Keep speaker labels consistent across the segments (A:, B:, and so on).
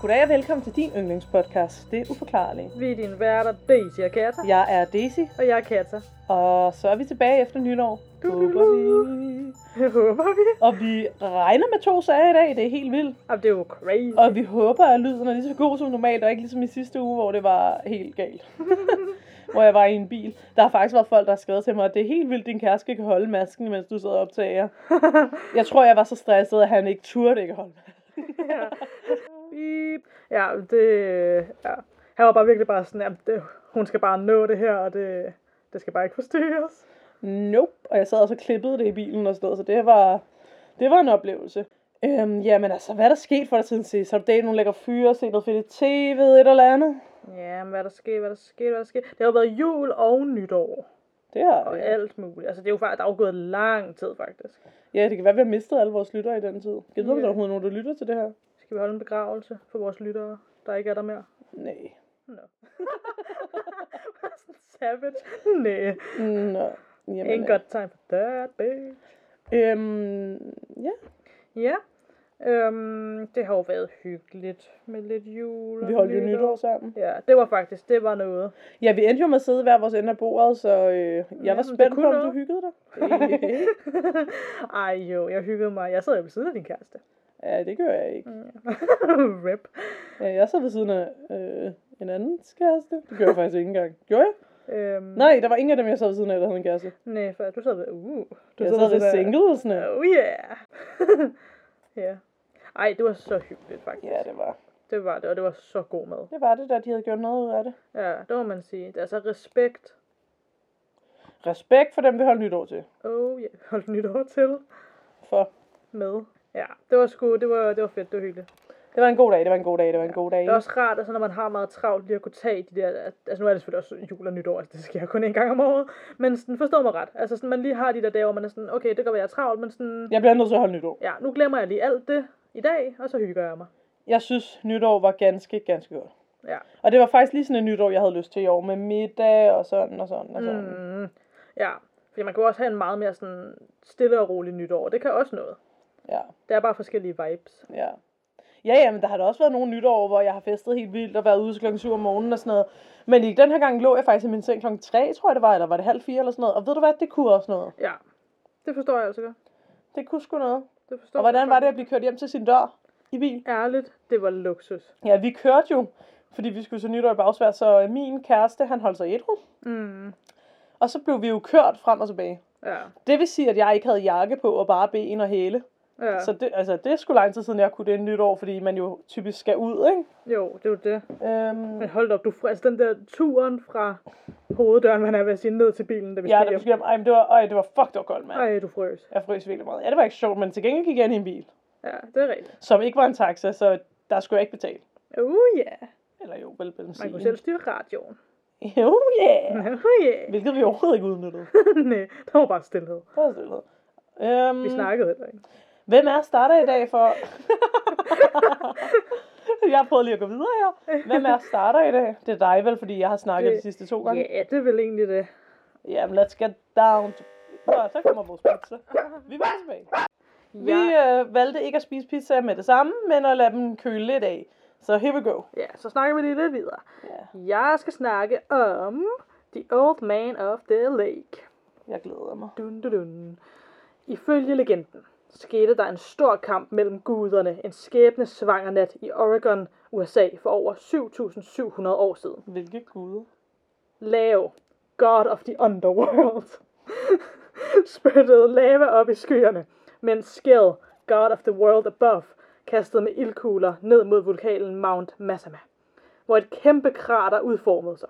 A: Goddag og velkommen til din yndlingspodcast, Det Uforklarlige.
B: Vi er dine værter, Daisy og Katta.
A: Jeg er Daisy,
B: Og jeg er Katta.
A: og så er vi tilbage efter nytår. Håber vi.
B: Det håber vi.
A: Og vi regner med to sager i dag, det er helt vildt.
B: Jamen, det er jo crazy.
A: Og vi håber, at lyden er lige så god som normalt, og ikke ligesom i sidste uge, hvor det var helt galt. hvor jeg var i en bil. Der har faktisk været folk, der har skrevet til mig, at det er helt vildt, din kæreste ikke kan holde masken, mens du sidder og optager. Jeg tror, jeg var så stresset, at han ikke turde ikke holde masken.
B: ja. Beep. ja, det... Ja. Han var bare virkelig bare sådan, at det, hun skal bare nå det her, og det, det skal bare ikke forstyrres.
A: Nope. Og jeg sad og så klippede det i bilen og sådan noget, så det var, det var en oplevelse. Øhm, jamen altså, hvad er der sket for dig siden sidst? Har du datet nogle lækker fyre, set noget fedt i tv, et eller andet?
B: Ja, men hvad der sker, hvad der sker, hvad der sker. Det har jo været jul og nytår,
A: Det har
B: og
A: vi.
B: alt muligt. Altså, det er jo faktisk, der er jo gået lang tid, faktisk.
A: Ja, det kan være, vi har mistet alle vores lyttere i den tid. Jeg ved, om
B: Ja.
A: der overhovedet er nogen, der lytter til det her.
B: Skal vi holde en begravelse for vores lyttere, der ikke er der mere?
A: Nej.
B: Nå. Sådan Savage. Næh.
A: Mm, Nå. Jamen,
B: Ain't got time for that, babe.
A: Øhm, ja.
B: Ja. Øhm, det har jo været hyggeligt med lidt jul og
A: Vi holdt jo nytår sammen.
B: Ja, det var faktisk, det var noget.
A: Ja, vi endte jo med at sidde hver vores ende af bordet, så øh, jeg var
B: det
A: spændt på,
B: kunne
A: om du
B: noget.
A: hyggede dig.
B: Ej jo, jeg hyggede mig. Jeg sad jo ved siden af din kæreste.
A: ja, det gør jeg ikke.
B: Rip.
A: Ja, jeg sad ved siden af øh, en anden kæreste. Det gjorde jeg faktisk ikke engang. Gjorde jeg?
B: Øhm,
A: Nej, der var ingen af dem, jeg sad ved siden af, der havde en kæreste.
B: Nej, for du sad ved, uh.
A: Du
B: Du
A: jeg sad
B: ved
A: ved
B: der-
A: singlesne.
B: Oh yeah. ja. Ej, det var så hyggeligt faktisk.
A: Ja, det var.
B: Det var det, og det var så god mad.
A: Det var det, da de havde gjort noget ud af det.
B: Ja, det må man sige. Det er så respekt.
A: Respekt for dem, vi holdt nytår til.
B: Oh yeah, holdt nytår til
A: For
B: med. Ja, det var sgu, det var, det var fedt, det var hyggeligt.
A: det var en god dag, det var en god dag, det var en god dag.
B: Det er også rart, altså, når man har meget travlt, lige at kunne tage de der... Altså, nu er det selvfølgelig også jul og nytår, altså, det sker kun en gang om året. Men sådan, forstår mig ret. Altså, sådan, man lige har de der dage, hvor man er sådan, okay, det kan være, jeg er travlt, men sådan...
A: Jeg bliver nødt til at holde nytår.
B: Ja, nu glemmer jeg lige alt det i dag, og så hygger jeg mig.
A: Jeg synes, nytår var ganske, ganske godt.
B: Ja.
A: Og det var faktisk lige sådan et nytår, jeg havde lyst til i år, med middag og sådan og sådan og sådan. Mm.
B: Mm, ja, fordi man kan jo også have en meget mere sådan stille og rolig nytår. Det kan også noget.
A: Ja,
B: Der er bare forskellige vibes.
A: ja. Ja, ja, men der har da også været nogle nytår, hvor jeg har festet helt vildt og været ude til klokken 7 om morgenen og sådan noget. Men i den her gang lå jeg faktisk i min seng klokken 3, tror jeg det var, eller var det halv 4 eller sådan noget. Og ved du hvad, det kunne også noget.
B: Ja, det forstår jeg altså godt.
A: Det kunne sgu noget.
B: Det forstår
A: Og hvordan
B: jeg
A: var det at
B: godt.
A: blive kørt hjem til sin dør i bil?
B: Ærligt, det var luksus.
A: Ja, vi kørte jo, fordi vi skulle til nytår i Bagsvær, så øh, min kæreste, han holdt sig ædru.
B: Mm.
A: Og så blev vi jo kørt frem og tilbage.
B: Ja,
A: Det vil sige, at jeg ikke havde jakke på og bare ben og hæle.
B: ja.
A: Ja. Så det, altså, det er sgu lang tid siden, jeg kunne det nytår, fordi man jo typisk skal ud, ikke?
B: Jo, det var det.
A: Øhm,
B: Men hold da op, du fr- altså den der turen fra hoveddøren, man er ved at sige, ned til bilen, da vi
A: ja,
B: skal
A: det var,
B: hjem.
A: hjem. Ej, men det var, øj, det var fuck, det var koldt, mand.
B: Ej, du frøs.
A: Jeg frøs virkelig meget. Ja, det var ikke sjovt, men til gengæld gik jeg ind i en bil,
B: Ja, det er rigtigt.
A: som ikke var en taxa, så der skulle jeg ikke betale. Uh,
B: Oh yeah.
A: Eller jo, vel
B: Man kunne
A: benzin.
B: selv styre radioen.
A: Jo, yeah.
B: Oh yeah.
A: Hvilket vi overhovedet ikke udnyttede.
B: Nej, der var bare stillhed.
A: Det var stillhed. Øhm,
B: Vi snakkede heller ikke.
A: Hvem er starter i dag for... jeg prøvede lige at gå videre her. Hvem er starter i dag? Det er dig vel, fordi jeg har snakket det...
B: Det-
A: de sidste to gange.
B: Ja, det er vel egentlig det.
A: Yeah. Jamen, let's get down to... Nå, så kommer vores pizza. Vi var tilbage. Vi
B: Ja,
A: øh, valgte ikke at spise pizza med det samme, men at lade dem køle lidt af. Så here we go.
B: ja, så snakker vi lige lidt videre.
A: Ja,
B: Jeg skal snakke om The Old Man of the Lake.
A: jeg glæder mig.
B: Dun, dun, dun. Ifølge legenden skete der en stor kamp mellem guderne en skæbne svanger nat i Oregon, USA for over 7.700 år siden.
A: Hvilke guder.
B: Lao, god of the underworld, spyttede lava op i skyerne, mens Skell, god of the world above, kastede med ildkugler ned mod vulkanen Mount Massama, hvor et kæmpe krater udformede sig.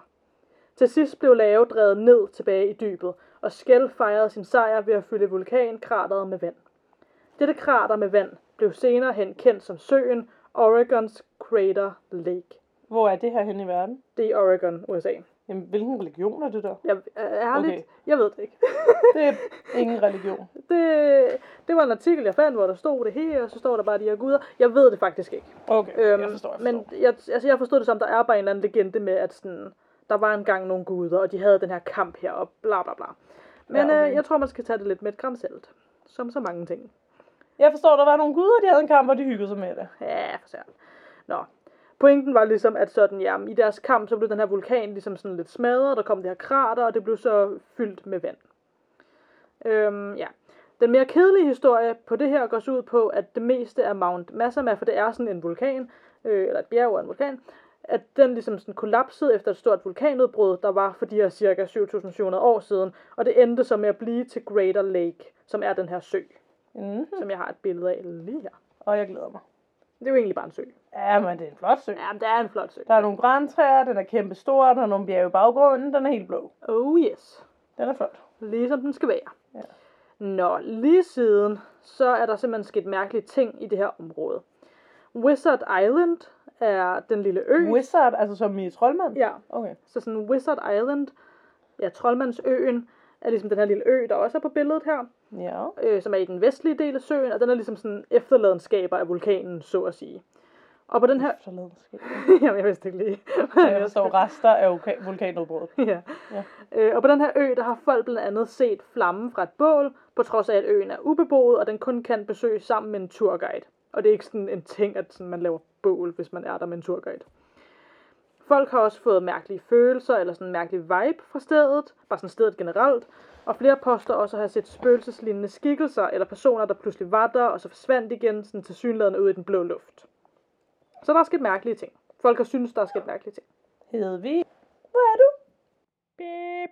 B: Til sidst blev lave drevet ned tilbage i dybet, og Skell fejrede sin sejr ved at fylde vulkankrateret med vand. Dette krater med vand blev senere hen kendt som søen Oregons Crater Lake.
A: Hvor er det her henne i verden?
B: Det er i Oregon, USA.
A: Jamen, hvilken religion er det der?
B: Jeg, øh, ærligt,
A: Okay.
B: okay. jeg ved det ikke.
A: Det er ingen religion.
B: det, det var en artikel, jeg fandt, hvor der stod det her, og så står der bare de her guder. Jeg ved det faktisk ikke.
A: Okay, øhm, jeg forstår, jeg forstår.
B: Men jeg, altså, jeg forstod det som, der er bare en eller anden legende med, at sådan, der var engang nogle guder, og de havde den her kamp her, og bla bla bla. Men
A: Ja,
B: ja,
A: okay.
B: okay. øh, jeg tror, man skal tage det lidt med et gram salt. Som så mange ting.
A: Jeg forstår, der var nogle guder, de havde en kamp, og de hyggede sig med det.
B: Ja, for særligt. Nå. Pointen var ligesom, at sådan, ja, i deres kamp, så blev den her vulkan ligesom sådan lidt smadret, og der kom det her krater, og det blev så fyldt med vand. Øhm, ja. Den mere kedelige historie på det her går så ud på, at det meste af Mount Massama, for det er sådan en vulkan, øh, eller et bjerg og en vulkan, at den ligesom sådan kollapsede efter et stort vulkanudbrud, der var for de her cirka 7.700 år siden, og det endte så med at blive til Greater Lake, som er den her sø,
A: Mm.
B: som jeg har et billede af lige her.
A: Og jeg glæder mig.
B: Det er jo egentlig bare en sø.
A: Ja, men det er en flot sø.
B: Ja, men det er en flot sø.
A: Der er nogle grantræer, den er kæmpe stor, der er nogle bjerge i baggrunden, den er helt blå.
B: Oh yes.
A: Den er flot.
B: Ligesom den skal være.
A: Ja.
B: Nå, lige siden, så er der simpelthen sket mærkelige ting i det her område. Wizard Island er den lille ø.
A: Wizard, altså som i troldmand?
B: ja,
A: Okay.
B: så sådan Wizard Island, ja, Troldmandsøen, er ligesom den her lille ø, der også er på billedet her,
A: Ja.
B: øh, som er i den vestlige del af søen, og den er ligesom sådan efterladenskaber af vulkanen, så at sige. Og på den her...
A: Så lader det ske.
B: Jamen, jeg vidste ikke lige.
A: Jeg forstår rester af vulkan- vulkanudbruddet.
B: ja.
A: Ja.
B: Øh, og på den her ø, der har folk blandt andet set flammen fra et bål, på trods af, at øen er ubeboet, og den kun kan besøges sammen med en turguide. Og det er ikke sådan en ting, at sådan, man laver bål, hvis man er der med en turguide. Folk har også fået mærkelige følelser, eller sådan en mærkelig vibe fra stedet, bare sådan stedet generelt. Og flere poster også har set spøgelseslignende skikkelser, eller personer, der pludselig var der, og så forsvandt igen, sådan til synlædende ud i den blå luft. Så der er sket mærkelige ting. Folk har synes, der er sket mærkelige ting.
A: Hed vi. Hvor er du? Beep.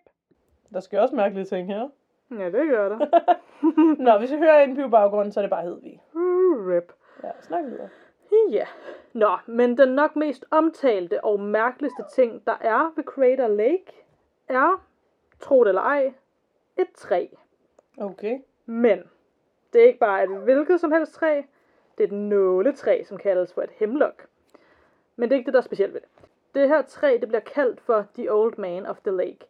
A: Der sker også mærkelige ting her.
B: Ja, det gør der.
A: Nå, hvis jeg hører en piv baggrunden, så er det bare hed vi.
B: Rip.
A: Ja, snak videre.
B: Ja. Nå, men den nok mest omtalte og mærkeligste ting, der er ved Crater Lake, er, tro det eller ej, et træ.
A: Okay.
B: Men det er ikke bare et hvilket som helst træ, det er et nåletræ, som kaldes for et hemlock. Men det er ikke det, der er specielt ved det. Det her træ, det bliver kaldt for The Old Man of the Lake.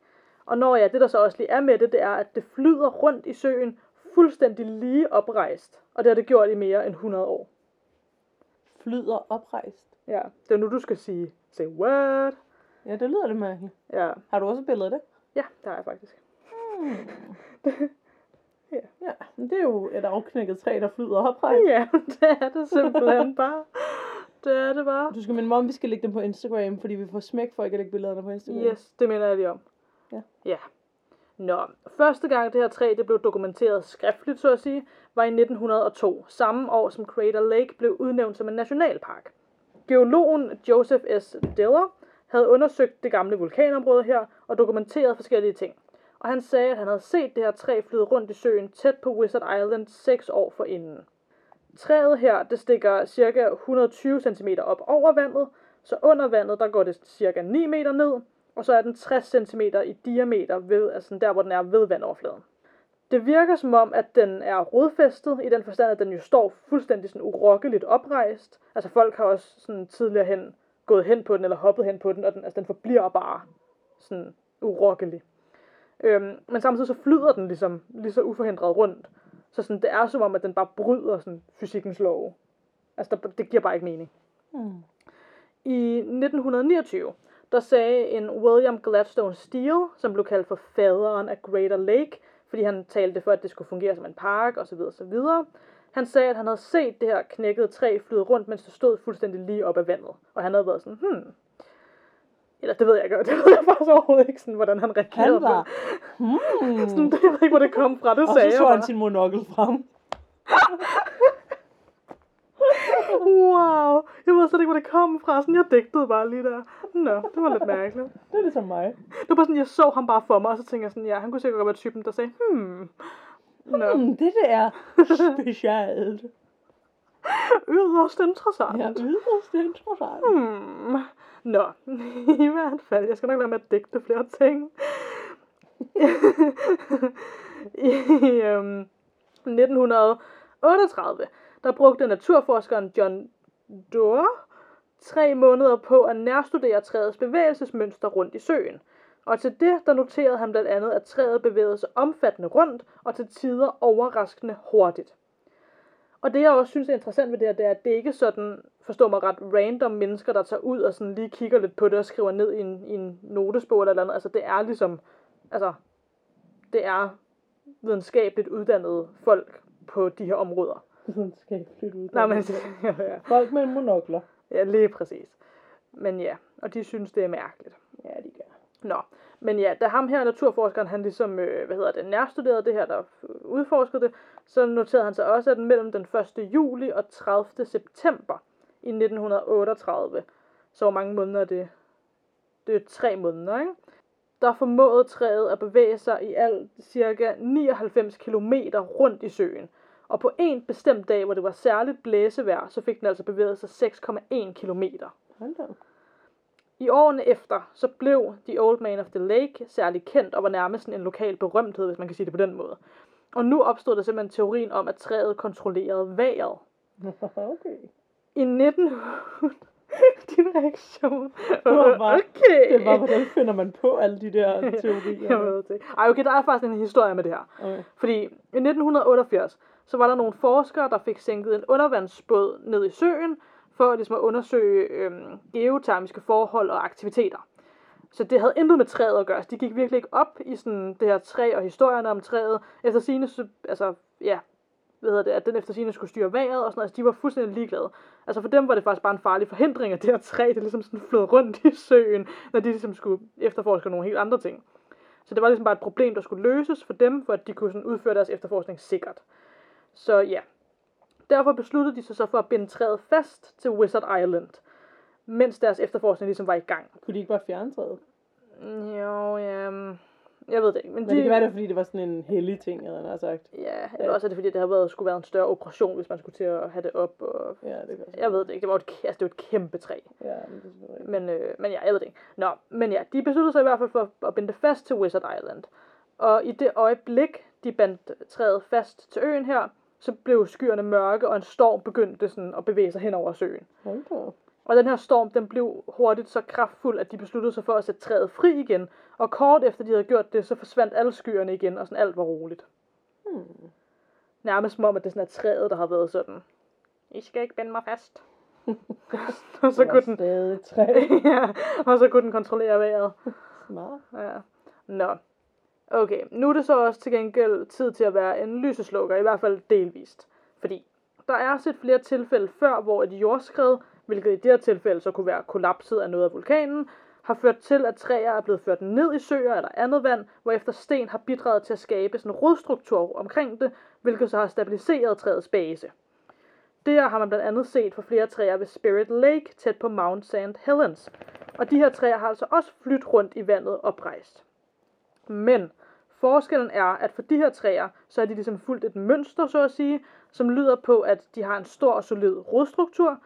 B: Og når ja, det der så også lige er med det, det er, at det flyder rundt i søen fuldstændig lige oprejst. Og det har det gjort i mere end 100 år.
A: Flyder oprejst.
B: Ja, det er nu, du skal sige, say what?
A: Ja, det lyder lidt mærkeligt.
B: Ja,
A: Har du også et billede af det?
B: ja, der er jeg faktisk.
A: Ja, men det er jo et afknækket træ, der flyder oprejst.
B: Ja, det er det simpelthen bare. Det er det bare.
A: Du skal minde mig om, vi skal lægge dem på Instagram, fordi vi får smæk for ikke at lægge billederne på Instagram.
B: Yes, det minder jeg lige om.
A: Ja.
B: Ja. Nå, første gang det her træ det blev dokumenteret skriftligt, så at sige, var i 1902, samme år som Crater Lake blev udnævnt som en nationalpark. Geologen Joseph S. Diller havde undersøgt det gamle vulkanområde her og dokumenteret forskellige ting. Og han sagde, at han havde set det her træ flyde rundt i søen tæt på Wizard Island seks år forinden. Træet her, det stikker cirka 120 cm op over vandet, så under vandet, der går det cirka 9 meter ned, og så er den 60 cm i diameter, ved, altså der hvor den er ved vandoverfladen. Det virker som om, at den er rodfæstet, i den forstand, at den jo står fuldstændig sådan urokkeligt oprejst. Altså folk har også sådan tidligere hen gået hen på den, eller hoppet hen på den, og den, altså den forbliver bare sådan urokkelig. Øhm, men samtidig så flyder den ligesom lige så uforhindret rundt. Så sådan, det er som om, at den bare bryder sådan, fysikkens lov. Altså der, det giver bare ikke mening.
A: Mm.
B: I 1929, der sagde en William Gladstone Steele, som blev kaldt for faderen af Greater Lake, fordi han talte for, at det skulle fungere som en park osv. osv. Han sagde, at han havde set det her knækkede træ flyde rundt, mens det stod fuldstændig lige op ad vandet. Og han havde været sådan, hmm. Eller det ved jeg ikke, det ved jeg faktisk overhovedet ikke, sådan, hvordan han
A: Han
B: reagerede
A: var...
B: på.
A: Hmm.
B: Sådan, det- jeg ved ikke, hvor det kom fra, det
A: Og
B: sagde
A: så tog
B: jeg
A: han
B: bare.
A: sin monokkel frem.
B: Wow, jeg ved slet ikke, hvor det kom fra. Sådan, jeg digtede bare lige der. Nå, det var lidt mærkeligt.
A: Det er ligesom mig.
B: Det var bare sådan, jeg så ham bare for mig, og så tænkte jeg sådan, ja, han kunne sikkert godt være typen, der sagde, hmm, Nå,
A: Mm, det der er specielt.
B: yderst
A: Ja,
B: interessant.
A: yderst interessant.
B: Hmm. Nå, i hvert fald, jeg skal nok lade med at digte flere ting. I øhm, 1938, der brugte naturforskeren John Doerr tre måneder på at nærstudere træets bevægelsesmønster rundt i søen. Og til det, der noterede han blandt andet, at træet bevægede sig omfattende rundt og til tider overraskende hurtigt. Og det, jeg også synes er interessant ved det her, det er, at det ikke er sådan, forstår mig ret, random mennesker, der tager ud og sådan lige kigger lidt på det og skriver ned i en, i en notesbog eller et eller andet. Altså, det er ligesom, altså, det er videnskabeligt uddannede folk på de her områder.
A: Videnskabeligt uddannet.
B: Nej, men, ja,
A: Folk med monokler.
B: ja, lige præcis. Men ja, og de synes, det er mærkeligt.
A: Ja, de gør.
B: Nå, men ja, da ham her, naturforskeren, han ligesom, øh, hvad hedder det, nærstuderede det her, der øh, udforskede det, så noterede han sig også, at mellem den 1. juli og 30. september i 1938, så hvor mange måneder er det? Det er tre måneder, ikke? Der formåede træet at bevæge sig i alt cirka 99 km rundt i søen. Og på en bestemt dag, hvor det var særligt blæsevejr, så fik den altså bevæget sig 6,1 kilometer.
A: Hold da. op.
B: I årene efter, så blev The Old Man of the Lake særlig kendt og var nærmest en lokal berømthed, hvis man kan sige det på den måde. Og nu opstod der simpelthen teorien om, at træet kontrollerede vejret.
A: okay.
B: I 1900... Din reaktion.
A: var bare-
B: okay.
A: Det er bare, hvordan finder man på alle de der
B: Jeg
A: teorier?
B: ved det. Ej, okay, der er faktisk en historie med det her.
A: Okay.
B: Fordi i 1988, så var der nogle forskere, der fik sænket en undervandsbåd ned i søen, for ligesom at undersøge øhm, geotermiske forhold og aktiviteter. Så det havde intet med træet at gøre. Så de gik virkelig ikke op i sådan det her træ og historierne om træet. Efter sine, altså, ja, hvad hedder det, at den efter sine skulle styre vejret og sådan noget. Altså, de var fuldstændig ligeglade. Altså for dem var det faktisk bare en farlig forhindring, at det her træ, det ligesom sådan flød rundt i søen, når de ligesom skulle efterforske nogle helt andre ting. Så det var ligesom bare et problem, der skulle løses for dem, for at de kunne sådan udføre deres efterforskning sikkert. Så ja, derfor besluttede de sig så for at binde træet fast til Wizard Island, mens deres efterforskning ligesom var i gang.
A: Kunne de ikke bare fjerne træet?
B: Jo, ja, mm, jeg ved det ikke. Men,
A: Men det kan være, det var, fordi det var sådan en hellig ting, eller hvad han har sagt.
B: Ja, eller også er det fordi, det har været, skulle være en større operation, hvis man skulle til at have det op. Og,
A: Ja, det kan også
B: jeg ved det ikke, det var jo et, kæ- altså, det var et kæmpe træ.
A: Ja, det er selvfølgelig rigtigt.
B: Men, øh, men ja, jeg ved det ikke. Nå, men ja, de besluttede sig i hvert fald for at binde det fast til Wizard Island. Og i det øjeblik, de bandt træet fast til øen her, så blev skyerne mørke, og en storm begyndte sådan at bevæge sig hen over søen.
A: Hold da. op.
B: Og den her storm, den blev hurtigt så kraftfuld, at de besluttede sig for at sætte træet fri igen. Og kort efter de havde gjort det, så forsvandt alle skyerne igen, og sådan alt var roligt.
A: Hmm.
B: Nærmest som om, at det sådan er træet, der har været sådan. I skal ikke binde mig fast. og så
A: Det var
B: kunne den...
A: stadig et træ.
B: ja, og så kunne den kontrollere vejret.
A: Smart.
B: Ja. Nå. Okay, nu er det så også til gengæld tid til at være en lyseslukker, i hvert fald delvist. Fordi der er set flere tilfælde før, hvor et jordskred, hvilket i det her tilfælde så kunne være kollapset af noget af vulkanen, har ført til, at træer er blevet ført ned i søer eller andet vand, hvorefter sten har bidraget til at skabe sådan en rodstruktur omkring det, hvilket så har stabiliseret træets base. Det her har man blandt andet set for flere træer ved Spirit Lake, tæt på Mount St. Helens. Og de her træer har altså også flyttet rundt i vandet oprejst. Men forskellen er, at for de her træer, så er de ligesom fuldt et mønster, så at sige, som lyder på, at de har en stor og solid rodstruktur.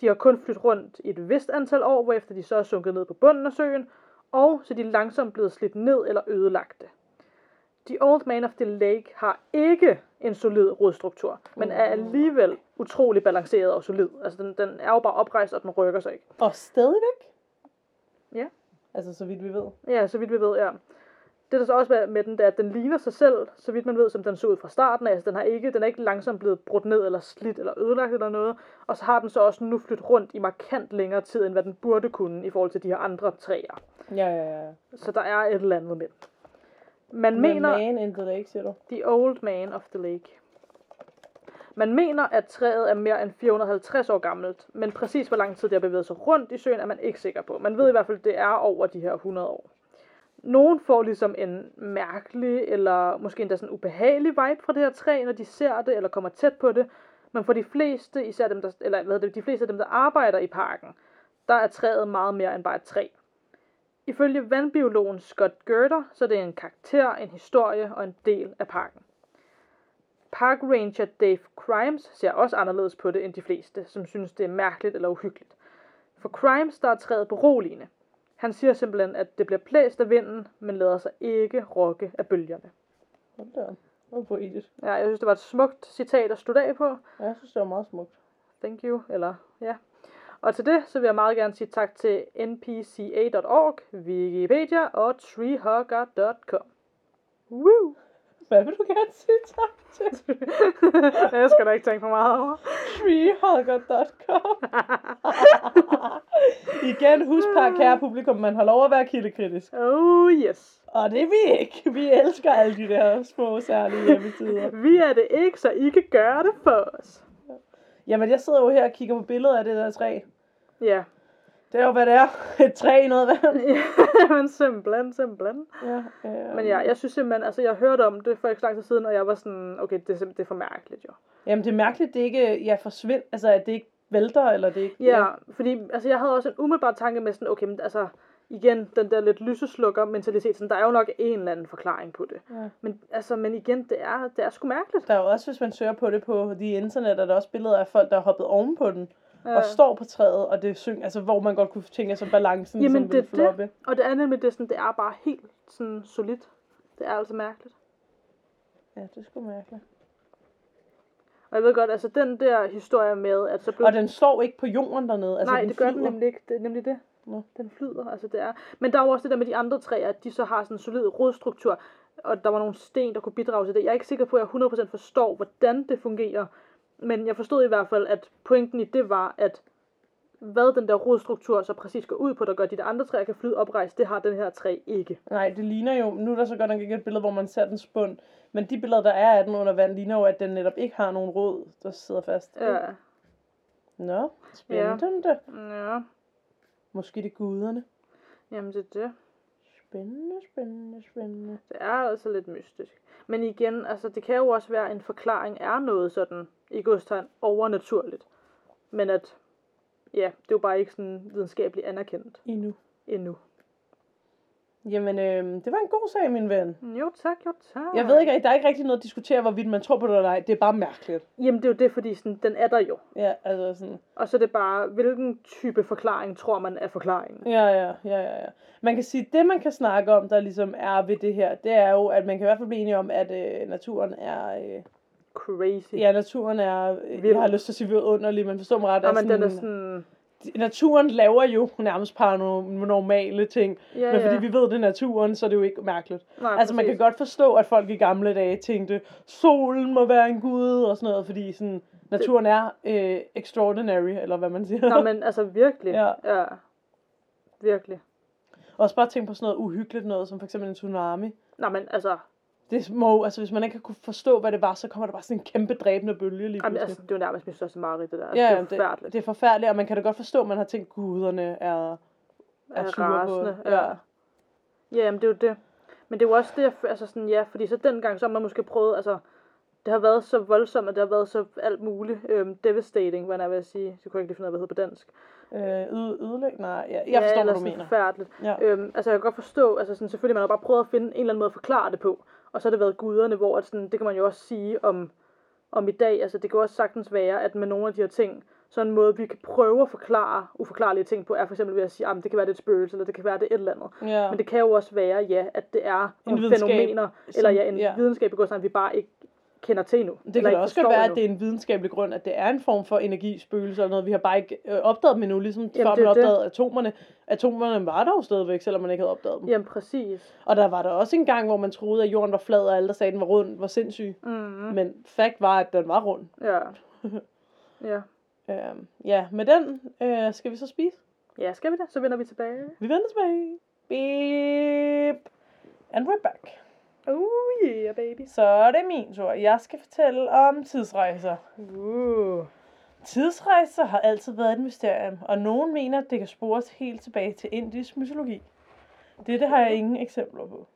B: De har kun flyttet rundt i et vist antal år, hvorefter de så er sunket ned på bunden af søen, og så er de langsomt blevet slidt ned eller ødelagte. The Old Man of the Lake har ikke en solid rodstruktur, men er alligevel utrolig balanceret og solid. Altså den, den er jo bare oprejst, og den rykker sig ikke.
A: Og stadigvæk?
B: Ja.
A: Altså, så vidt vi ved.
B: Ja, så vidt vi ved, ja. Det der så også er med den, det er, at den ligner sig selv, så vidt man ved, som den så ud fra starten af. Altså, den, har ikke, den er ikke langsomt blevet brudt ned, eller slidt, eller ødelagt eller noget. Og så har den så også nu flyttet rundt i markant længere tid, end hvad den burde kunne i forhold til de her andre træer.
A: Ja, ja, ja.
B: Så der er et eller andet med den. Man
A: Men
B: mener...
A: man in the lake, siger du?
B: The Old Man of the Lake. Man mener, at træet er mere end 450 år gammelt, men præcis hvor lang tid det har bevæget sig rundt i søen, er man ikke sikker på. Man ved i hvert fald, at det er over de her 100 år. Nogen får ligesom en mærkelig, eller måske endda sådan ubehagelig vibe fra det her træ, når de ser det, eller kommer tæt på det. Men for de fleste, især dem, der, eller hvad hedder det, de fleste af dem, der arbejder i parken, der er træet meget mere end bare et træ. Ifølge vandbiologen Scott Gerder, så er det en karakter, en historie og en del af parken. Park Ranger Dave Crimes ser også anderledes på det end de fleste, som synes det er mærkeligt eller uhyggeligt. For Crimes der er træet beroligende. Han siger simpelthen, at det bliver blæst af vinden, men lader sig ikke rokke af bølgerne.
A: Hold da. op. Det var poetisk.
B: Ja, jeg synes, det var et smukt citat at slutte af på.
A: Ja, jeg synes, det var meget smukt.
B: Thank you, eller ja. Og til det, så vil jeg meget gerne sige tak til npca.org, Wikipedia og treehugger.com.
A: Woo! Hvad vil du gerne sige tak til?
B: jeg skal da ikke tænke for meget over.
A: Treehugger.com Igen, husk par kære publikum, man har lov at være kildekritisk.
B: Oh yes.
A: Og det er vi ikke. Vi elsker alle de der små særlige hjemmesider.
B: Vi er det ikke, så I kan gøre det for os.
A: Jamen, jeg sidder jo her og kigger på billeder af det der træ.
B: Ja,
A: Det er jo, hvad det er. Et træ i noget vand.
B: Ja, men simpelthen, simpelthen.
A: Ja, øh,
B: Men ja, jeg synes simpelthen, altså jeg hørte om det for ikke så lang tid siden, og jeg var sådan, okay, det er simpelthen det er for mærkeligt jo.
A: Jamen, det er mærkeligt, det ikke ja, forsvind, altså, at det ikke vælter, eller det ikke...
B: Ja, fordi altså, jeg havde også en umiddelbar tanke med sådan, okay, men altså, igen, den der lidt lyseslukker mentalitet, sådan, der er jo nok en eller anden forklaring på det.
A: Ja.
B: Men, altså, men igen, det er, det er sgu mærkeligt.
A: Der er jo også, hvis man søger på det på de internet, er der også billeder af folk, der er hoppet ovenpå den,
B: Øh,
A: og står på træet, og det syng, altså, hvor man godt kunne tænke sig balancen,
B: Jamen,
A: som
B: det er
A: ville
B: det.
A: floppe. Det.
B: Og det andet med det, er sådan, det er bare helt sådan solidt. Det er altså mærkeligt.
A: Ja, det er sgu mærkeligt.
B: Og jeg ved godt, altså den der historie med, at så blev...
A: Og den står ikke på jorden dernede. Altså,
B: nej, det gør den
A: flyder.
B: nemlig ikke. Det er nemlig det.
A: Nå.
B: Den flyder, altså det er... Men der er jo også det der med de andre træer, at de så har sådan en solid rodstruktur, og der var nogle sten, der kunne bidrage til det. Jeg er ikke sikker på, at jeg 100% forstår, hvordan det fungerer, men jeg forstod i hvert fald, at pointen i det var, at hvad den der rodstruktur så præcis går ud på, der gør, at de der andre træer kan flyde oprejst, det har den her træ ikke.
A: Nej, det ligner jo, nu er der så godt nok ikke et billede, hvor man ser den spund, men de billeder, der er af den under vand, ligner jo, at den netop ikke har nogen rod, der sidder fast.
B: Ja.
A: Nå, spændende. Ja.
B: Ja.
A: Måske det er guderne.
B: Jamen det er det.
A: Spændende, spændende, spændende.
B: Det er altså lidt mystisk. Men igen, altså det kan jo også være, at en forklaring er noget sådan, i godstegn, overnaturligt. Men at, ja, det er jo bare ikke sådan videnskabeligt anerkendt
A: Endnu.
B: endnu.
A: Jamen, øh, det var en god sag, min ven.
B: Mm, Jo tak, jo tak.
A: Jeg ved ikke, der er ikke rigtig noget at diskutere, hvorvidt man tror på det eller ej. Det er bare mærkeligt.
B: Jamen det er jo det, fordi sådan, den er der jo.
A: Ja, altså sådan.
B: Og så er det bare, hvilken type forklaring tror man er forklaringen?
A: Ja, ja, ja, ja, ja. Man kan sige, det man kan snakke om, der ligesom er ved det her, det er jo, at man kan i hvert fald blive enige om, at øh, naturen er... Øh,
B: Crazy.
A: ja, naturen er... Øh,
B: Vild.
A: jeg har lyst til at sige underlig, men forstår mig ret. altså
B: Og men den er sådan,
A: Naturen laver jo nærmest paranormale ting.
B: ja,
A: men
B: ja.
A: fordi vi ved, det er naturen, så er det jo ikke mærkeligt.
B: Nej,
A: Altså, man kan
B: præcis.
A: godt forstå, at folk i gamle dage tænkte, solen må være en gud og sådan noget, fordi sådan, naturen er øh, extraordinary, eller hvad man siger.
B: Nå, men altså virkelig.
A: Ja.
B: ja. Virkelig.
A: Også bare tænke på sådan noget uhyggeligt noget, som for eksempel en tsunami.
B: Nå, men altså,
A: Det må, altså hvis man ikke har kunne forstå, hvad det var, så kommer der bare sådan en kæmpe dræbende bølge lige
B: Jamen,
A: pludselig.
B: altså, det er jo nærmest min største mareridt, det der. Altså,
A: ja,
B: det er
A: jamen,
B: forfærdeligt.
A: det, det er forfærdeligt, og man kan da godt forstå, at man har tænkt, guderne er,
B: Er
A: er sure på.
B: rasende, ja. Ja, jamen, det er jo det. Men det er jo også det, jeg, f- altså sådan, ja, fordi så dengang, så har man måske prøvet, altså, det har været så voldsomt, og det har været så alt muligt øhm, devastating, hvad jeg vil sige. Så kunne jeg ikke lige finde ud af, hvad det hedder på dansk.
A: Øh, øde, ødelæg? Nej, ja, jeg forstår,
B: eller
A: hvad du
B: sådan
A: mener.
B: forfærdeligt.
A: Ja.
B: Øhm, altså, jeg kan godt forstå, altså sådan, selvfølgelig, man har bare prøvet at finde en eller anden måde at forklare det på. Og så har det været guderne, hvor at sådan, det kan man jo også sige om, om i dag. Altså, det kan jo også sagtens være, at med nogle af de her ting, så en måde, vi kan prøve at forklare uforklarlige ting på, er for eksempel ved at sige, at det kan være, det er et spøgelse, eller det kan være, det er et eller andet.
A: Ja.
B: Men det kan jo også være, ja, at det er nogle
A: videnskab,
B: fænomener,
A: som-
B: eller ja, en
A: ja.
B: videnskab, i går sådan, vi bare ikke kender til endnu.
A: Det kan da også godt være, at det er en videnskabelig grund, at det er en form for energispøgelse eller noget. Vi har bare ikke øh, opdaget dem endnu, ligesom Jamen, før
B: det er
A: man
B: jo det.
A: opdagede atomerne. Atomerne var der jo stadigvæk, selvom man ikke havde opdaget dem. Ja.
B: Jamen præcis.
A: Og der var der også en gang, hvor man troede, at jorden var flad, og alle, der sagde, at den var rund, var sindssyg.
B: Mm,
A: Mm. Men fact var, at den var rund.
B: ja. ja.
A: Øhm, ja, med den øh, skal vi så spise.
B: Ja, skal vi da? Så vender vi tilbage.
A: Vi vender tilbage. Beep. And we're back.
B: Oh yeah, baby.
A: Så er det min tur. Jeg skal fortælle om tidsrejser.
B: Uh.
A: Tidsrejser har altid været et mysterium, og nogen mener, at det kan spores helt tilbage til indisk mytologi. Dette har jeg ingen eksempler på.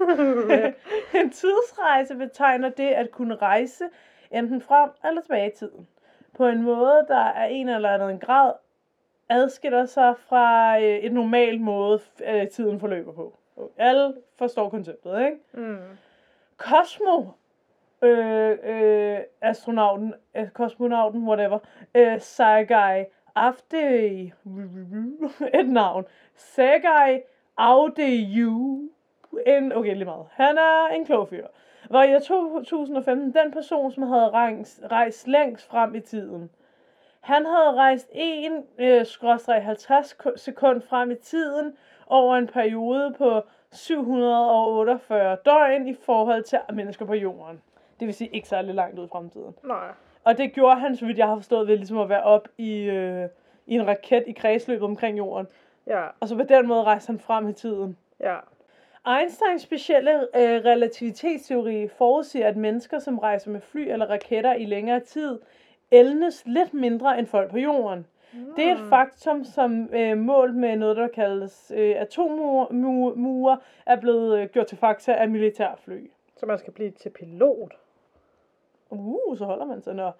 A: Øh, en tidsrejse betegner det at kunne rejse enten frem eller tilbage i tiden. På en måde, der er en eller anden grad adskiller sig fra øh, et normalt måde, øh, tiden forløber på. Alle forstår konceptet, ikke?
B: mm.
A: Cosmo, øh, øh, astronauten, øh, kosmonauten, whatever, øh, Sagai Afdei, et navn, Sagai Afdeyu, en, okay, lige meget. Han er en klog fyr. Var i år 2015 den person, som havde rangs, rejst længst frem i tiden. Han havde rejst 1 øh, skråstreg 50 ku- sekund frem i tiden over en periode på 748 døgn i forhold til mennesker på jorden. Det vil sige ikke særlig langt ud i fremtiden.
B: Nej.
A: Og det gjorde han, så vidt jeg har forstået, ved ligesom at være op i, øh, i en raket i kredsløbet omkring jorden.
B: Ja,
A: Og så på den måde rejste han frem i tiden.
B: ja.
A: Einsteins specielle øh, relativitetsteori forudsiger, at mennesker, som rejser med fly eller raketter i længere tid, elnes lidt mindre end folk på jorden. Det er et faktum, som øh, målt med noget, der kaldes øh, atommure, er blevet øh, gjort til fakta af militærfly.
B: Så man skal blive til pilot.
A: Uh, så holder man sig nå.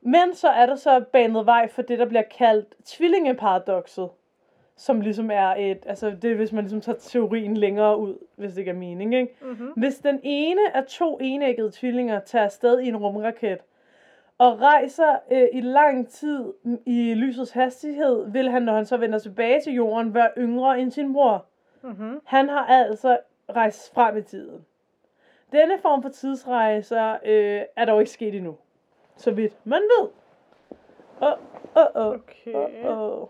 A: Men så er der så banet vej for det, der bliver kaldt tvillingeparadoxet, som ligesom er et, altså det er, hvis man ligesom tager teorien længere ud, hvis det ikke er mening, ikke?
B: Mm-hmm.
A: Hvis den ene af to enæggede tvillinger tager afsted i en rumraket og rejser øh, i lang tid i lysets hastighed, vil han, når han så vender tilbage til jorden, være yngre end sin bror.
B: Mm-hmm.
A: Han har altså rejst frem i tiden. Denne form for tidsrejser øh, er dog ikke sket endnu. Så vidt man ved. Åh, åh, åh,
B: Okay.
A: åh, åh.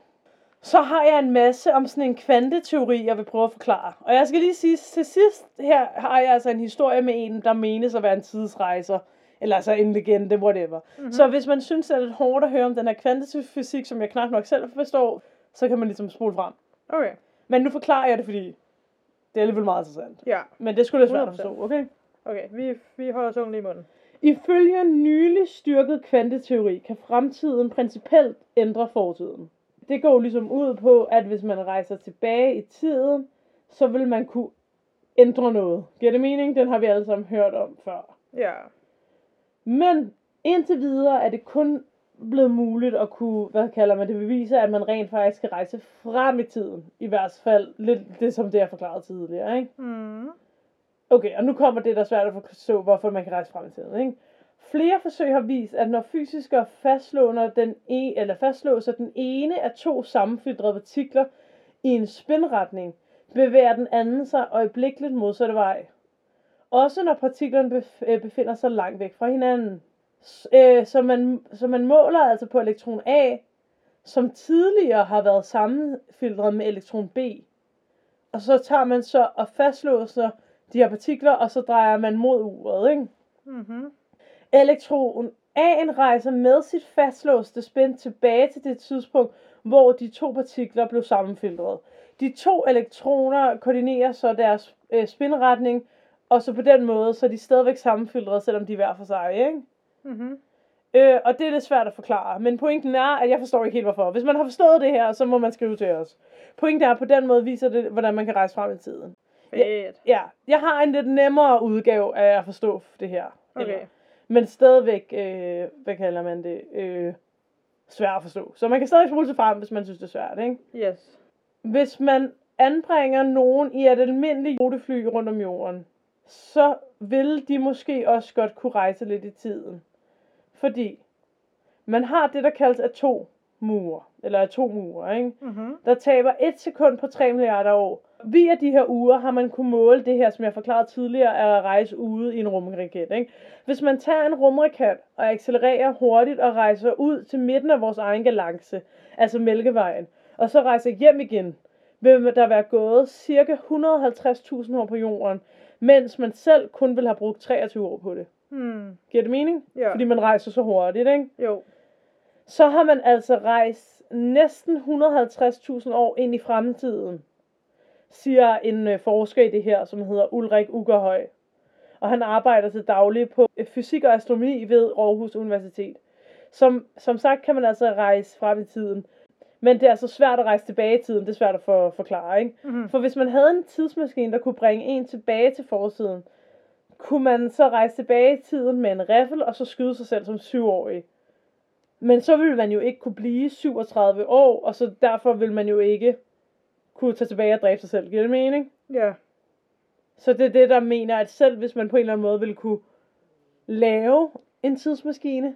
A: Så har jeg en masse om sådan en kvanteteori, jeg vil prøve at forklare. Og jeg skal lige sige, til sidst her har jeg altså en historie med en, der menes at være en tidsrejser. Eller altså en legende, whatever. Mm-hmm. Så hvis man synes, det er lidt hårdt at høre om den her kvantefysik, som jeg knap nok selv forstår, så kan man ligesom spole frem.
B: Okay.
A: Men nu forklarer jeg det, fordi det er alligevel meget interessant.
B: Ja.
A: Men det skulle da svært at
B: 100%.
A: forstå, okay?
B: Okay. Vi, vi holder tungen lige i munden.
A: Ifølge nylig styrket kvanteteori kan fremtiden principielt ændre fortiden. Det går jo ligesom ud på, at hvis man rejser tilbage i tiden, så vil man kunne ændre noget. Giver det mening? Den har vi alle sammen hørt om før.
B: Ja.
A: Men indtil videre er det kun blevet muligt at kunne, hvad kalder man det, bevise, at man rent faktisk kan rejse frem i tiden. I hvert fald lidt det, som det jeg forklarede tidligere, ikke?
B: Mm.
A: Okay, og nu kommer det, der er svært at forstå, hvorfor man kan rejse frem i tiden, ikke? Flere forsøg har vist, at når fysikere fastlåner den e, eller fastlåser den ene af to sammenfiltrede partikler i en spinretning, bevæger den anden sig øjeblikkeligt modsatte vej. Også når partiklerne bef- øh, befinder sig langt væk fra hinanden. S- øh, Så man, så man måler altså på elektron A, som tidligere har været sammenfiltret med elektron B. Og så tager man så og fastlåser de her partikler, og så drejer man mod uret, ikke?
B: Mm-hmm.
A: Elektron A'en rejser med sit fastlåste spænd tilbage til det tidspunkt, hvor de to partikler blev sammenfiltret. De to elektroner koordinerer så deres øh, spinretning, og så på den måde, så er de stadigvæk sammenfiltret, selvom de er hver for sig, ikke?
B: Mm-hmm.
A: Øh, og det er lidt svært at forklare, men pointen er, at jeg forstår ikke helt hvorfor. Hvis man har forstået det her, så må man skrive til os. Pointen er, at på den måde viser det, hvordan man kan rejse frem i tiden.
B: Fedt.
A: Ja, jeg har en lidt nemmere udgave af at forstå det her.
B: Okay.
A: men stadigvæk, øh, hvad kalder man det, øh, svært at forstå. Så man kan stadig spole sig frem, hvis man synes, det er svært, ikke?
B: Yes.
A: Hvis man anbringer nogen i et almindeligt rutefly rundt om jorden, så vil de måske også godt kunne rejse lidt i tiden. Fordi man har det, der kaldes atommure, eller atommure, ikke?
B: Mm-hmm.
A: der taber et sekund på 3 milliarder år. Via de her uger har man kunne måle det her, som jeg forklarede tidligere, at rejse ude i en rumraket. Ikke? Hvis man tager en rumraket og accelererer hurtigt og rejser ud til midten af vores egen galakse, altså Mælkevejen, og så rejser hjem igen, vil der være gået ca. 150.000 år på jorden, mens man selv kun vil have brugt 23 år på det.
B: Mm.
A: Giver det mening?
B: Ja.
A: Fordi man rejser så hurtigt, ikke?
B: Jo.
A: så har man altså rejst næsten 150.000 år ind i fremtiden, siger en øh, forsker i det her, som hedder Ulrik Ugerhøj. Og han arbejder til daglig på øh, fysik og astronomi ved Aarhus Universitet. Som, som sagt kan man altså rejse frem i tiden, men det er altså svært at rejse tilbage i tiden, det er svært at for, forklare, ikke?
B: Mm-hmm.
A: For hvis man havde en tidsmaskine, der kunne bringe en tilbage til forsiden, kunne man så rejse tilbage i tiden med en riffel, og så skyde sig selv som syvårig. Men så ville man jo ikke kunne blive 37 år, og så derfor ville man jo ikke kunne tage tilbage og dræbe sig selv. Giver det mening?
B: Ja.
A: Så det er det, der mener, at selv hvis man på en eller anden måde ville kunne lave en tidsmaskine,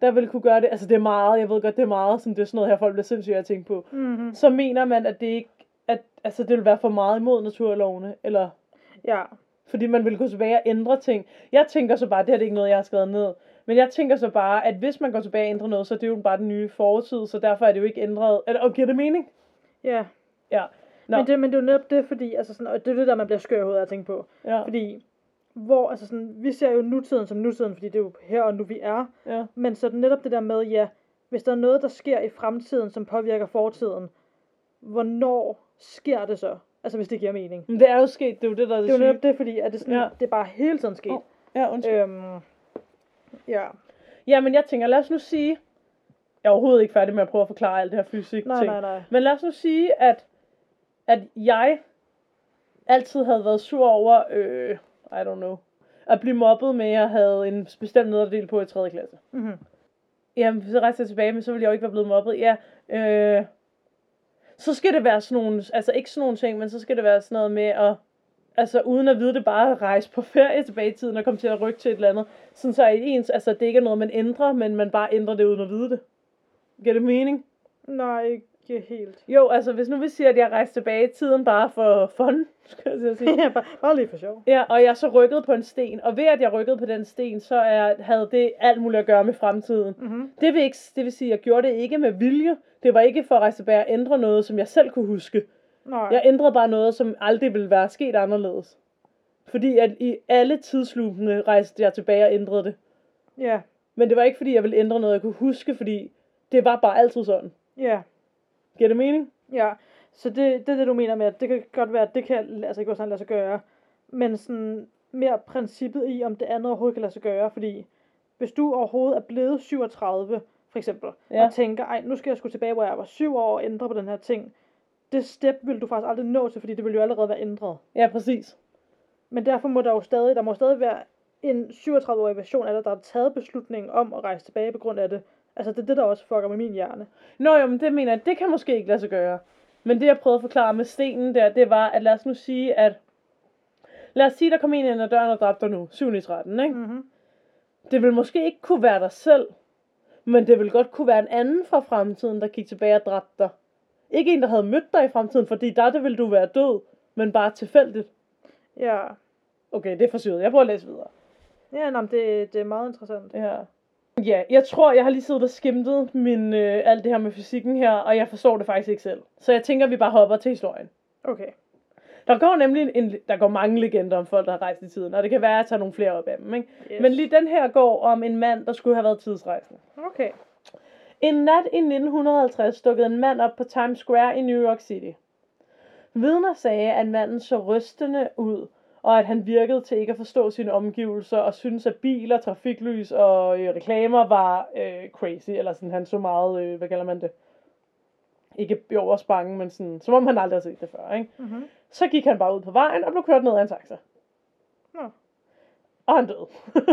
A: der ville kunne gøre det, altså det er meget, jeg ved godt, det er meget, sådan, det er sådan noget her, folk bliver sindssyge af at tænke på
B: Mm-hmm.
A: så mener man, at det ikke, at, altså det vil være for meget imod naturlovene, eller
B: Ja.
A: fordi man vil gå tilbage og ændre ting. Jeg tænker så bare, det her det er ikke noget, jeg har skrevet ned, men jeg tænker så bare, at hvis man går tilbage og ændrer noget, så er det jo bare den nye fortid, så derfor er det jo ikke ændret. Eller, og giver det mening?
B: Ja.
A: Ja. Nå.
B: Men det, men det er jo netop det, fordi, altså sådan, og det er det der, man bliver skør i hovedet af at tænke på.
A: Ja,
B: Fordi, hvor, altså sådan, vi ser jo nutiden som nutiden, fordi det er jo her og nu, vi er.
A: ja,
B: Men så er det netop det der med, ja, hvis der er noget, der sker i fremtiden, som påvirker fortiden, hvornår sker det så? Altså, hvis det giver mening.
A: men det er jo sket, det er jo det, der er
B: Det
A: det, Øh,
B: er jo
A: syge.
B: netop det, fordi at det, sådan,
A: Mm. Ja.
B: ja. det er bare hele tiden sket.
A: Ja, undskyld.
B: Øhm, ja.
A: Ja, men jeg tænker, lad os nu sige, Jeg er overhovedet ikke færdig med at prøve at forklare alt det her fysik
B: Nej,
A: ting.
B: nej, nej.
A: Men lad os nu sige, at, at jeg altid havde været sur over, øh, I don't know, at blive mobbet med, at jeg havde en bestemt nederdel på i 3. klasse.
B: Mm-hmm.
A: Jamen, så rejser jeg tilbage, men så ville jeg jo ikke være blevet mobbet. Ja, øh, så skal det være sådan nogle, altså ikke sådan nogle ting, men så skal det være sådan noget med at, altså uden at vide det, bare rejse på ferie tilbage i tiden og komme til at rykke til et eller andet. Sådan så at ens, altså det ikke er noget, man ændrer, men man bare ændrer det uden at vide det. Giver det mening?
B: Nej, ikke helt.
A: Jo, altså hvis nu vi siger, at jeg rejste tilbage i tiden bare for fun, skal jeg til at sige.
B: ja, bare, bare lige for sjov.
A: Ja, og jeg så rykkede på en sten, og ved at jeg rykkede på den sten, så er, havde det alt muligt at gøre med fremtiden.
B: Mm-hmm.
A: Det vil, ikke, det vil sige, at jeg gjorde det ikke med vilje. Det var ikke for at rejse tilbage og ændre noget, som jeg selv kunne huske.
B: Nej.
A: Jeg ændrede bare noget, som aldrig ville være sket anderledes. Fordi at i alle tidslupene rejste jeg tilbage og ændrede det.
B: Ja,
A: Men det var ikke, fordi jeg ville ændre noget, jeg kunne huske, fordi det var bare altid sådan.
B: ja,
A: Giver det mening?
B: ja. Så det, det er det, du mener med, at det kan godt være, at det kan altså ikke sådan lade sig gøre. Men sådan mere princippet i, om det andet overhovedet kan lade sig gøre. Fordi hvis du overhovedet er blevet 37, for eksempel, ja.
A: Ja.
B: og tænker, ej, nu skal jeg sgu tilbage, hvor jeg var syv år og ændre på den her ting. Det step vil du faktisk aldrig nå til, fordi det vil jo allerede være ændret.
A: Ja, præcis.
B: Men derfor må der jo stadig, der må stadig være en 37-årig version af dig, der har taget beslutningen om at rejse tilbage på grund af det. Altså, det er det, der også fucker med min hjerne.
A: Nå jo, men det mener jeg, det kan måske ikke lade sig gøre. Men det jeg prøvede at forklare med stenen der, det var, at lad os nu sige, at... Lad os sige, der kom en ind ad døren og dræbte dig nu. 7 i 13, ikke?
B: Mm-hmm.
A: Det vil måske ikke kunne være dig selv, men det vil godt kunne være en anden fra fremtiden, der gik tilbage og dræbte dig. Ikke en, der havde mødt dig i fremtiden, fordi der det ville du være død, men bare tilfældigt.
B: Ja.
A: Okay, det er forsyret. Jeg prøver at læse videre.
B: Ja, nej, det, det er meget interessant.
A: Ja. Ja, jeg tror, jeg har lige siddet og skimtet min, øh, alt det her med fysikken her, og jeg forstår det faktisk ikke selv. Så jeg tænker, vi bare hopper til historien.
B: Okay.
A: Der går nemlig en, en, der går mange legender om folk, der har rejst i tiden, og det kan være, at jeg tager nogle flere op af dem. Ikke?
B: Yes.
A: Men lige den her går om en mand, der skulle have været tidsrejsende.
B: Okay.
A: En nat i 1950 dukkede en mand op på Times Square i New York City. Vidner sagde, at manden så rystende ud, og at han virkede til ikke at forstå sine omgivelser, og syntes, at biler, trafiklys og øh, reklamer var øh, crazy, eller sådan, han så meget, øh, hvad kalder man det? Ikke overspange, men sådan, som om han aldrig har set det før, ikke?
B: Mm-hmm.
A: Så gik han bare ud på vejen og blev kørt ned af en taxa.
B: Nå.
A: Og han døde.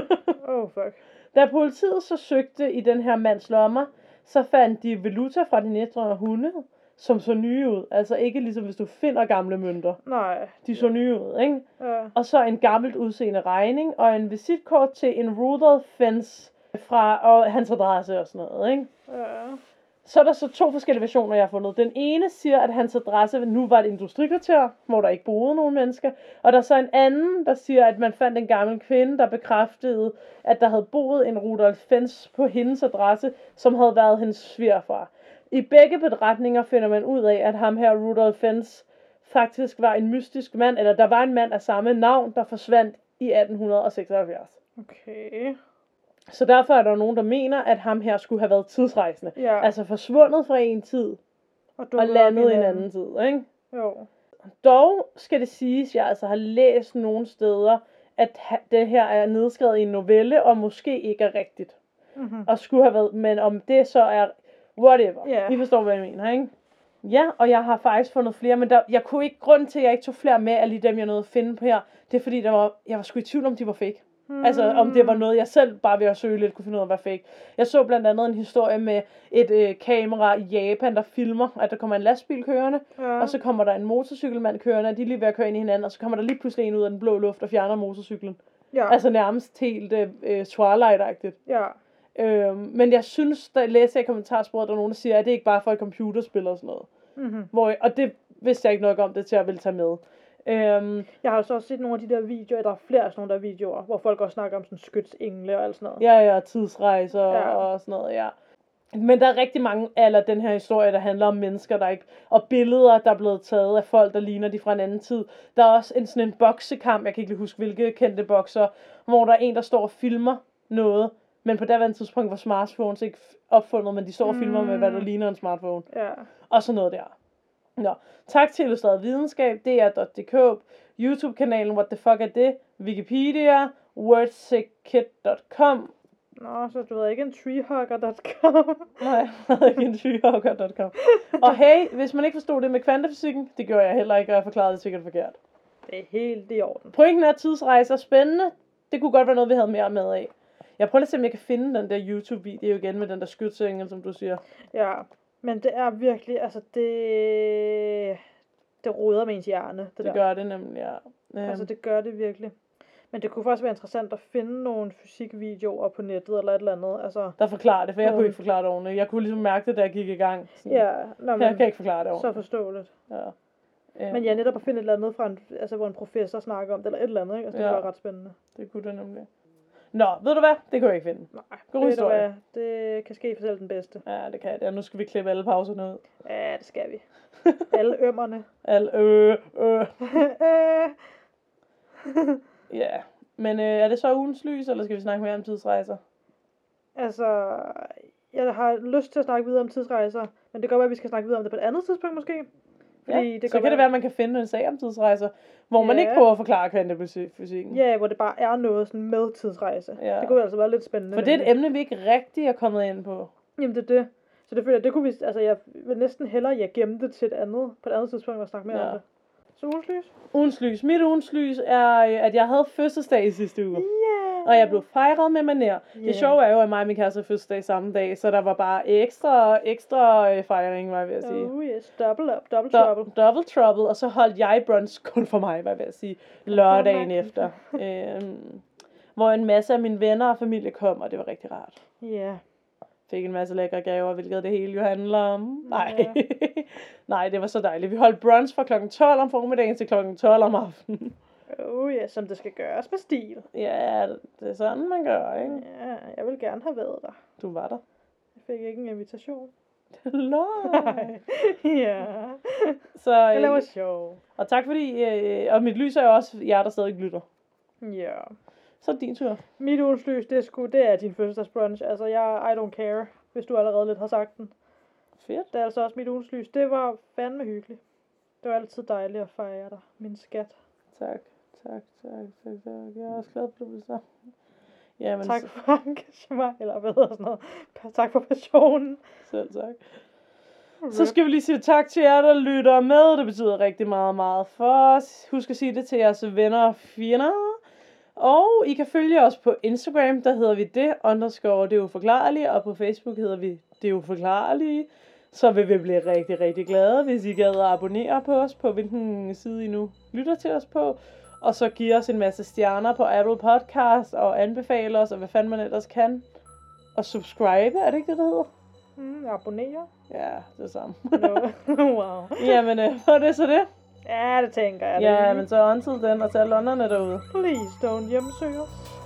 B: Oh, fuck.
A: da politiet så søgte i den her mands lommer, så fandt de valuta fra de nedre hunde, som så nye ud. Altså ikke ligesom hvis du finder gamle mønter.
B: Nej.
A: De så nye ud, ikke?
B: Uh,
A: Og så en gammelt udseende regning og en visitkort til en rural fence fra og hans adresse og sådan noget, ikke?
B: uh,
A: Så er der så to forskellige versioner, jeg har fundet. Den ene siger, at hans adresse nu var et industrikvarter, hvor der ikke boede nogen mennesker. Og der er så en anden, der siger, at man fandt en gammel kvinde, der bekræftede, at der havde boet en Rudolf Fens på hendes adresse, som havde været hendes svigerfar. I begge beretninger finder man ud af, at ham her, Rudolf Fens, faktisk var en mystisk mand, eller der var en mand af samme navn, der forsvandt i 1876.
B: okay.
A: Så derfor er der nogen, der mener, at ham her skulle have været tidsrejsende.
B: Ja.
A: Altså forsvundet fra en tid,
B: og, du
A: og landet i
B: øhm,
A: en anden tid, ikke?
B: Jo.
A: Dog skal det siges, at jeg altså har læst nogle steder, at ha- det her er nedskrevet i en novelle, og måske ikke er rigtigt.
B: Mm-hmm.
A: Og skulle have været, men om det så er, whatever.
B: Ja.
A: I forstår, hvad jeg mener, ikke? Ja, og jeg har faktisk fundet flere, men der, jeg kunne ikke, grunden til, at jeg ikke tog flere med, er lige dem, jeg nåede at finde på her, det er fordi, der var, jeg var sgu i tvivl om, de var fake. Altså
B: Mm.
A: om det var noget, jeg selv bare ved at søge lidt kunne finde ud af, hvad fake. Jeg så blandt andet en historie med et øh, kamera i Japan, der filmer, at der kommer en lastbil kørende,
B: Ja.
A: og så kommer der en motorcykelmand kørende, og de er lige ved at køre ind i hinanden, og så kommer der lige pludselig en ud af den blå luft og fjerner motorcyklen.
B: ja.
A: Altså nærmest helt øh, øh, Twilight-agtigt.
B: ja.
A: Øh, men jeg synes, der læser jeg i kommentarsporet, der er nogen, der siger, at det ikke bare er for et computerspil og sådan noget.
B: Mm-hmm.
A: Hvor, og det vidste jeg ikke nok om det til at ville tage med. Øhm,
B: Jeg har jo så også set nogle af de der videoer, der er flere af sådan nogle der videoer, hvor folk også snakker om sådan skytsengle og alt sådan noget.
A: Ja, ja, tidsrejser
B: Ja.
A: ja. og sådan noget, ja. Men der er rigtig mange af den her historie, der handler om mennesker, der ikke... Og billeder, der er blevet taget af folk, der ligner de fra en anden tid. Der er også en sådan en boksekamp, jeg kan ikke lige huske, hvilke kendte bokser, hvor der er en, der står og filmer noget. Men på daværende tidspunkt var smartphones ikke f- opfundet, men de står og filmer med, hvad der
B: Mm.
A: ligner en smartphone.
B: Ja.
A: Og sådan noget der. Nå, tak til Illustreret Videnskab, dr.dk, YouTube-kanalen What the fuck er det, Wikipedia, wordsickkit.com
B: Nå, så du ved ikke en treehugger.com.
A: Nej, frederikintyhocker.com. Og hey, hvis man ikke forstod det med kvantefysikken, det gjorde jeg heller ikke, og jeg forklarede det sikkert forkert.
B: Det er helt i orden.
A: Pointen er, at tidsrejser er spændende. Det kunne godt være noget, vi havde mere med af. Jeg prøver lige at se, om jeg kan finde den der YouTube-video igen med den der skytsengel, som du siger.
B: Ja, men det er virkelig, altså det... Det roder med ens hjerne, det,
A: Det
B: der.
A: gør det nemlig, ja. Øhm,
B: Altså, det gør det virkelig. Men det kunne faktisk være interessant at finde nogle fysikvideoer på nettet eller et eller andet. Altså,
A: Der forklarer det, for jeg
B: Nå.
A: kunne ikke forklare det ordentligt. Jeg kunne ligesom mærke det, da jeg gik i gang. Sådan,
B: ja, nå, men,
A: Jeg kan ikke forklare det
B: så
A: ordentligt.
B: forståeligt.
A: Ja. Øhm,
B: Men ja, netop at finde et eller andet, fra en, altså, hvor en professor snakker om det, eller et eller andet, ikke? Altså, det
A: Ja.
B: var ret spændende.
A: Det kunne det nemlig. Nå, ved du hvad? Det kunne jeg ikke finde.
B: Nej,
A: God
B: ved du
A: historie.
B: hvad? Det kan ske for selv den bedste.
A: Ja, det kan jeg. Ja, nu skal vi klippe alle pauserne ud.
B: Ja, det skal vi. Alle ømmerne.
A: Al, øh, øh.
B: Øh,
A: Ja. Men øh, er det så ugens lys, eller skal vi snakke mere om tidsrejser?
B: altså, jeg har lyst til at snakke videre om tidsrejser, men det kan godt være, at vi skal snakke videre om det på et andet tidspunkt måske.
A: Mm.
B: Fordi
A: ja,
B: det
A: så
B: kan
A: kan det
B: være-
A: være, at man kan finde en sag om tidsrejser, hvor man
B: Ja.
A: ikke prøver at forklare kvantefysikken.
B: Ja, hvor det bare er noget sådan med tidsrejse.
A: Ja.
B: Det kunne altså være lidt spændende.
A: For det er
B: nemlig.
A: et emne, vi ikke rigtig er kommet ind på.
B: Jamen det er det. Så det føler jeg, det kunne vi, altså jeg vil næsten hellere, jeg gemte det til et andet, på et andet tidspunkt og snakke mere
A: Ja.
B: om det. Så ugenslys?
A: Ugens lys. Mit ugens lys er, øh, at jeg havde fødselsdag i sidste uge.
B: Yeah.
A: Og jeg blev fejret med maner.
B: Ja.
A: Det sjove er jo, at mig og min kæreste havde fødselsdag samme dag, så der var bare ekstra, ekstra øh, fejring, var jeg ved at sige.
B: Oh yes, double up, double
A: Do-
B: trouble.
A: Double trouble, og så holdt jeg brunch kun for mig, var jeg ved at sige, lørdagen
B: mig.
A: efter. Øhm, hvor en masse af mine venner og familie kom, og det var rigtig rart.
B: Ja. Yeah.
A: Fik en masse lækre gaver, hvilket det hele jo handler om. Nej.
B: Ja.
A: Nej, det var så dejligt. Vi holdt brunch fra kl. 12 om formiddagen til kl. 12 om aftenen.
B: Oh yes, som det skal gøres med stil.
A: ja, det er sådan, man gør, ikke?
B: Ja, jeg vil gerne have været der.
A: Du var der.
B: Jeg fik ikke en invitation.
A: Løg.
B: ja.
A: Så,
B: Jeg laver
A: øh,
B: sjov.
A: og tak fordi, øh, og mit lys er jo også jer, der stadig lytter.
B: Ja.
A: Så er det din tur.
B: Mit ugenslys, det er sgu, det er din fødselsdagsbrunch. Altså, jeg, I don't care, hvis du allerede lidt har sagt den.
A: Fedt.
B: Det er altså også mit ugenslys. Det var fandme hyggeligt. Det var altid dejligt at fejre dig, min skat.
A: Tak, tak, tak, tak, tak. Jeg er også glad for, at du så. Jamen,
B: tak
A: tak.
B: for engagement, eller hvad hedder sådan noget. Pa- Tak for passionen.
A: selv tak. Så skal vi lige sige tak til jer, der lytter med. Det betyder rigtig meget, meget for os. Husk at sige det til jeres venner og fjender. Og I kan følge os på Instagram, der hedder vi det, underscore det uforklarlige, og på Facebook hedder vi det uforklarlige. Så vil vi blive rigtig, rigtig glade, hvis I gad at abonnere på os, på hvilken side I nu lytter til os på. Og så give os en masse stjerner på Apple Podcast, og anbefale os, og hvad fanden man ellers kan. Og subscribe, er det ikke det, der hedder?
B: Mm, abonnere.
A: Ja, det samme.
B: Nå, wow.
A: Jamen, øh, var det så det?
B: Ja, det tænker jeg.
A: Ja,
B: lige.
A: men så until den, og til alle ånderne derude.
B: Please don't hjemsøge os.